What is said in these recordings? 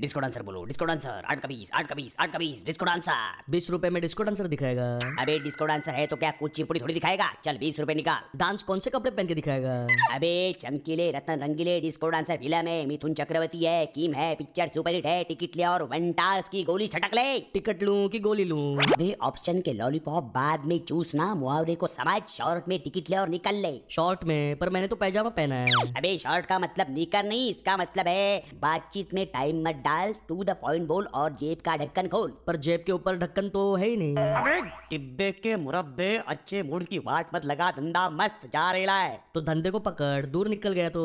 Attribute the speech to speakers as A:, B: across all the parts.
A: disco dancer बोलो disco dancer आठ का बीस आठ का बीस आठ का बीस डिस्को डांसर
B: बीस रुपए में डिस्को डांसर दिखाएगा
A: अबे डिस्को डांसर है तो क्या कुछ चिपड़ी थोड़ी दिखाएगा चल बीस रुपए निकाल
B: डांस कौन से कपड़े पहन के दिखाएगा
A: अबे चमकीले रतन रंगीले डिस्को डांसर फिल्म है मिथुन चक्रवर्ती है कीम है पिक्चर सुपरहिट है टिकट ले और वन टास की गोली छटक ले
B: टिकट लूं कि गोली लूं
A: दे ऑप्शन के लॉलीपॉप बाद में चूसना मुहावरे को समझ शॉर्ट में टिकट ले और निकल ले
B: शॉर्ट में पर मैंने तो पैजामा पहना है
A: अबे शॉर्ट का मतलब निकर नहीं इसका मतलब है बातचीत में टाइम मत डाल टू द पॉइंट बोल और जेब का ढक्कन खोल
B: पर जेब के ऊपर ढक्कन तो है ही नहीं
A: अबे टिब्बे के मुरब्बे अच्छे मूड की बाट मत लगा धंधा मस्त जा रेला है
B: तो धंधे को पकड़ दूर निकल गया तो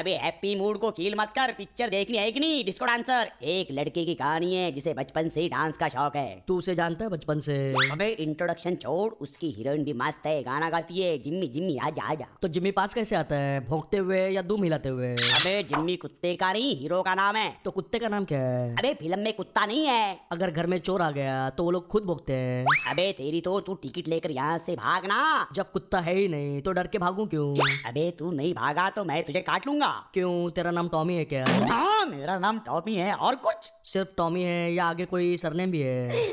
A: अबे हैप्पी मूड को कील मत कर पिक्चर देखनी है कि नहीं डिस्को डांसर एक लड़के की कहानी है जिसे बचपन से ही डांस का शौक है
B: तू उसे जानता है बचपन से
A: अबे इंट्रोडक्शन छोड़ उसकी हीरोइन भी मस्त है गाना गाती है जिम्मी जिम्मी आजा आजा
B: तो जिम्मी पास कैसे आता है भोंकते हुए या दुम हिलाते हुए
A: अबे जिम्मी कुत्ते का नहीं हीरो का नाम है
B: तो कुत्ते का नाम क्या है
A: अबे फिल्म में कुत्ता नहीं है
B: अगर घर में चोर आ गया तो वो लोग खुद भोंकते हैं
A: अबे तेरी तो तू टिकट लेकर यहाँ से भागना
B: जब कुत्ता है ही नहीं तो डर के भागूं क्यों
A: अबे तू नहीं भागा तो मैं तुझे काट लूंगा
B: क्यों तेरा नाम टॉमी है क्या
A: हाँ मेरा नाम टॉमी है और कुछ
B: सिर्फ टॉमी है या आगे कोई सरनेम भी है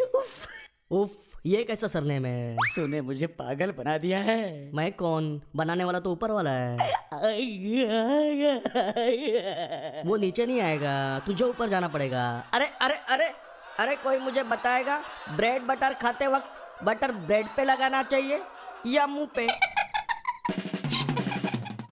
B: उफ ये कैसा सरनेम है
A: तूने मुझे पागल बना दिया है
B: मैं कौन बनाने वाला तो ऊपर वाला है वो नीचे नहीं आएगा तुझे ऊपर जाना पड़ेगा अरे अरे अरे अरे कोई मुझे बताएगा ब्रेड बटर खाते वक्त बटर ब्रेड पे लगाना चाहिए या मुंह पे